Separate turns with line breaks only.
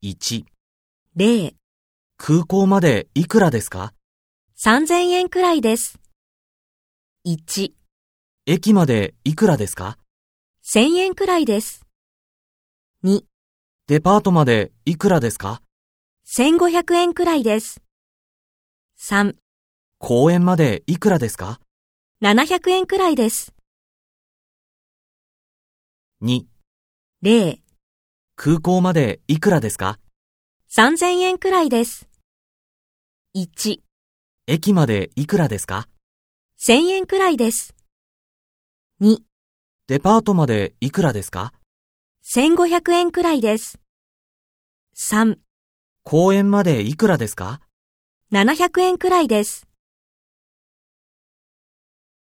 1、
例、
空港までいくらですか
3000円くらいです。1、
駅までいくらですか
1000円くらいです。2、
デパートまでいくらですか
1500円くらいです。3、
公園までいくらですか
700円くらいです。
2、
例、
空港までいくらですか
3000円くらいです。1、
駅までいくらですか
1000円くらいです。2、
デパートまでいくらですか
1500円くらいです。3、
公園までいくらですか
700円くらいです。